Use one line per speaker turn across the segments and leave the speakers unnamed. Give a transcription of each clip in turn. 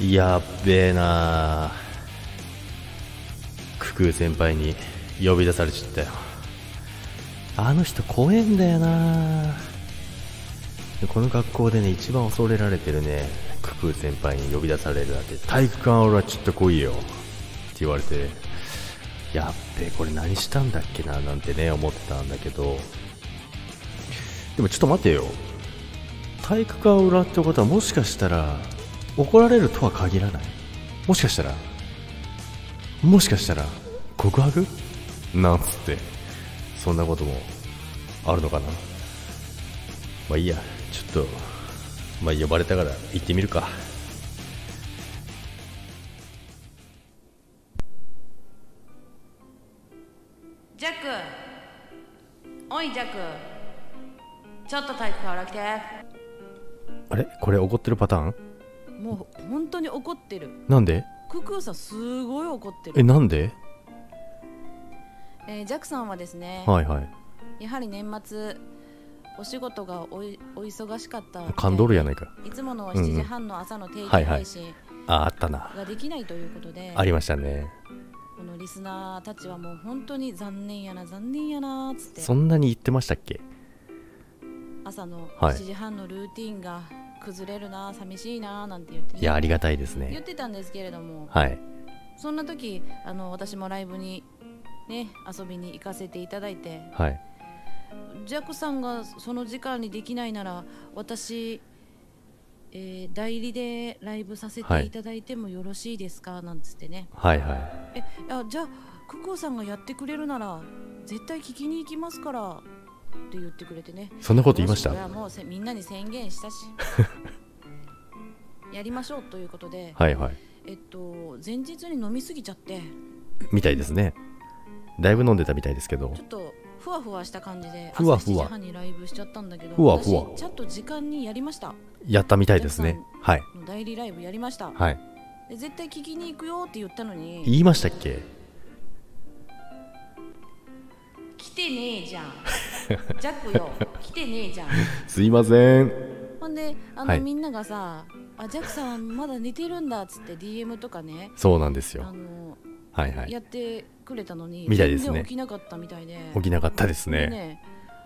やっべえなククー先輩に呼び出されちったよあの人怖えんだよなでこの学校でね一番恐れられてるねククー先輩に呼び出されるなんて体育館俺はちょっと来いよって言われてやっべえこれ何したんだっけななんてね思ってたんだけどでもちょっと待てよ体育館裏ってことはもしかしたら怒られるとは限らないもしかしたらもしかしたら告白なんつってそんなこともあるのかなまあいいやちょっとまあ呼ばれたから行ってみるか
ジャックおいジャックちょっと体育から来て
あれこれ怒ってるパターン
もう本当に怒ってる
なんで
ククーさんすごい怒って
え
る
なんで
え、ージャックさんはですね、
はいはい
やはり年末お仕事がおいお忙しかったみたいで
カンドルやないか
いつもの
うんうん
7時半の朝の定期
はいはい
配信
ああったな
ができないということで、
ありましたね
このリスナーたちはもう本当に残念やな残念やなっつって
そんなに言ってましたっけ
朝の
はい
7時半のルーティンが崩れるな寂しいななんて言ってね、
いやありがたいです
言っ
ね
てたんですけれども、
はい
そんな時あの私もライブにね遊びに行かせていただいて
はい
ジャクさんがその時間にできないなら私、えー代理でライブさせ
は
て
い
いただいてもよろしいですか、なんつってね
はいはい
えあじゃあクコさんがやってくれるなら絶対聞きに行きますからって言ってくれてね
そんなこと言いました
よしこれはもうせみんなに宣 言したしやりましょうということで、
はいはい
えっと前日に飲みすぎちゃって
みたいですねだいぶ飲んでたみたいですけど
ちょっとふわふわした感じで
ふわふわ
朝7時半にライブしちゃったんだけど
ふわふわ
私ちゃんと時間にやりました
やったみたいですねはい
代理ライブやりました
はい
で絶対聞きに行くよって言ったのに
言いましたっけ
来てねえじゃ んジャックよ来てねえじゃん
すいません
ほんであの、
はい
みんながさあジャックさんまだ寝てるんだっつって DM とかね
そうなんです
あ
よ
の、
はいはい
やってくれたのに
みたいですね
全然起きなかったみたいで
起きなかったですね
でね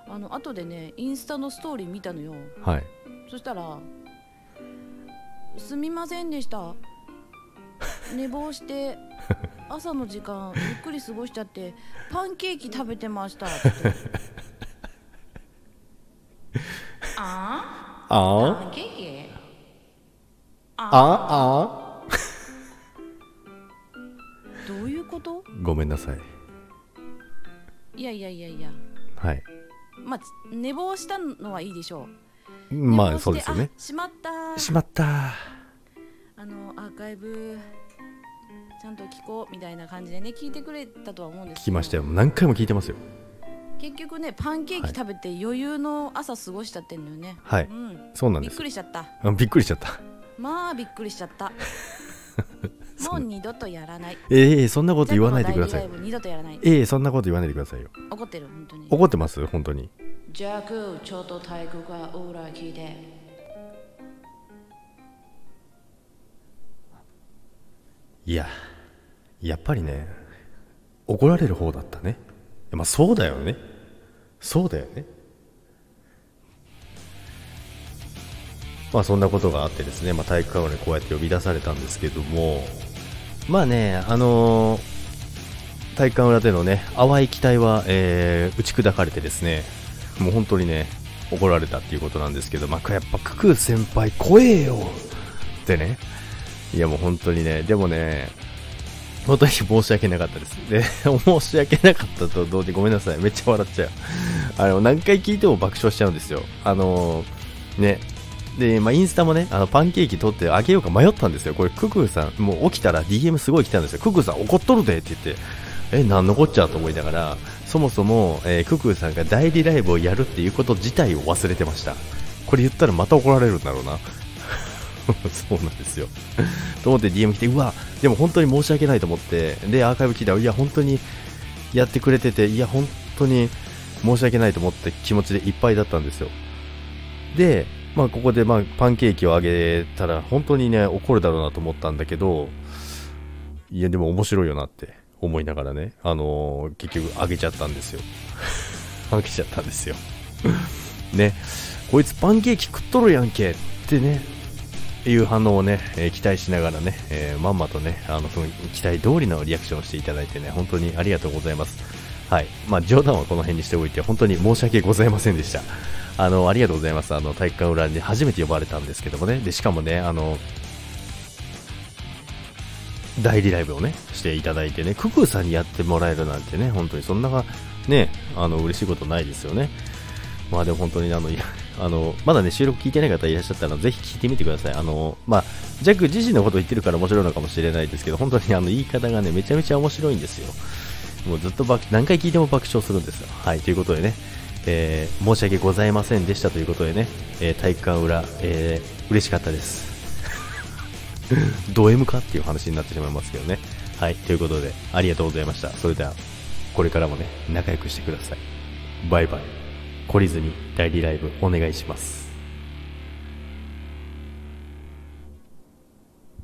あの後でねインスタのストーリー見たのよ
はい
そしたら「すみませんでした」「寝坊して朝の時間ゆっくり過ごしちゃってパンケーキ食べてました」って言って「あー
あ
パンケーキ
ああ
どういうこと
あごめんなさい
いやいやいやいや
はい
まあつ寝坊したのはいいでしょう
まあ
寝坊して
そうですよね
あしまった
しまった
あのアーカイブちゃんと聞こうみたいな感じでね聞いてくれたとは思うんで
聞
すけ
き
ど
ましたよ何回も聞いてますよ
結局ねパンケーキ食べて余裕の朝過ごしちゃってんのよね
はい
うん
そうなん
び
で
っ
す
くりしちゃった
あびっくりしちゃ った
まあびっくりしちゃった もう二度とやらない
ええそんなこと言わないでくださ
ジャッ
い
クの代理ライブ二度とやらない
ええそんなこと言わないでくださいよ
怒ってる本当に
怒ってます本当に
ジャックちょっと体育がオーラ聞いて
いややっぱりね怒られる方だったねいやまあそうだよねそうだよねまあそんなことがあってですね、まあ、体育館にこうやって呼び出されたんですけどもまあねあのー体育館裏でのね淡い期待は、えー打ち砕かれてですねもう本当にね怒られたっていうことなんですけど、まあ、やっぱククー先輩怖えよってねいやもう本当にね、でもね、本当に申し訳なかったです。で、 申し訳なかったと同時にごめんなさい。めっちゃ笑っちゃう。あの、何回聞いても爆笑しちゃうんですよ。あのね。で、まあ、インスタもね、あの、パンケーキ取ってあげようか迷ったんですよ。これ、ククーさん、もう起きたら DM すごい来たんですよ。ククーさん怒っとるでって言って、え、なんのこっちゃと思いながら、そもそも、えーククーさんが代理ライブをやるっていうこと自体を忘れてました。これ言ったらまた怒られるんだろうな。 そうなんですよ。と思って DM 来て、うわ、でも本当に申し訳ないと思って、で、アーカイブ聞いたら、いや、本当にやってくれてて、いや、本当に申し訳ないと思って気持ちでいっぱいだったんですよ。で、まあ、ここでまあパンケーキをあげたら本当にね怒るだろうなと思ったんだけどいやでも面白いよなって思いながらね、あのー結局あげちゃったんですよ あげちゃったんですよ ねこいつパンケーキ食っとるやんけってねいう反応をね、えー期待しながらね、えーまんまとねあのその期待通りのリアクションをしていただいてね本当にありがとうございますはいまあ、冗談はこの辺にしておいて本当に申し訳ございませんでしたあのありがとうございますあの体育館裏に初めて呼ばれたんですけどもねでしかもねあの代理ライブをねしていただいてねククーさんにやってもらえるなんてね本当にそんながねあの嬉しいことないですよねまあでも本当にあのいや あのまだね収録聞いてない方いらっしゃったらぜひ聞いてみてくださいあのまあジャック自身のことを言ってるから面白いのかもしれないですけど本当にあの言い方がねめちゃめちゃ面白いんですよもうずっと爆何回聞いても爆笑するんですよ。はい、ということでね、えー申し訳ございませんでしたということでね、えー体育館裏、えー、嬉しかったです。ド M かっていう話になってしまいますけどね。はい、ということで、ありがとうございました。それでは、これからもね、仲良くしてください。バイバイ。懲りずに代理ライブお願いします。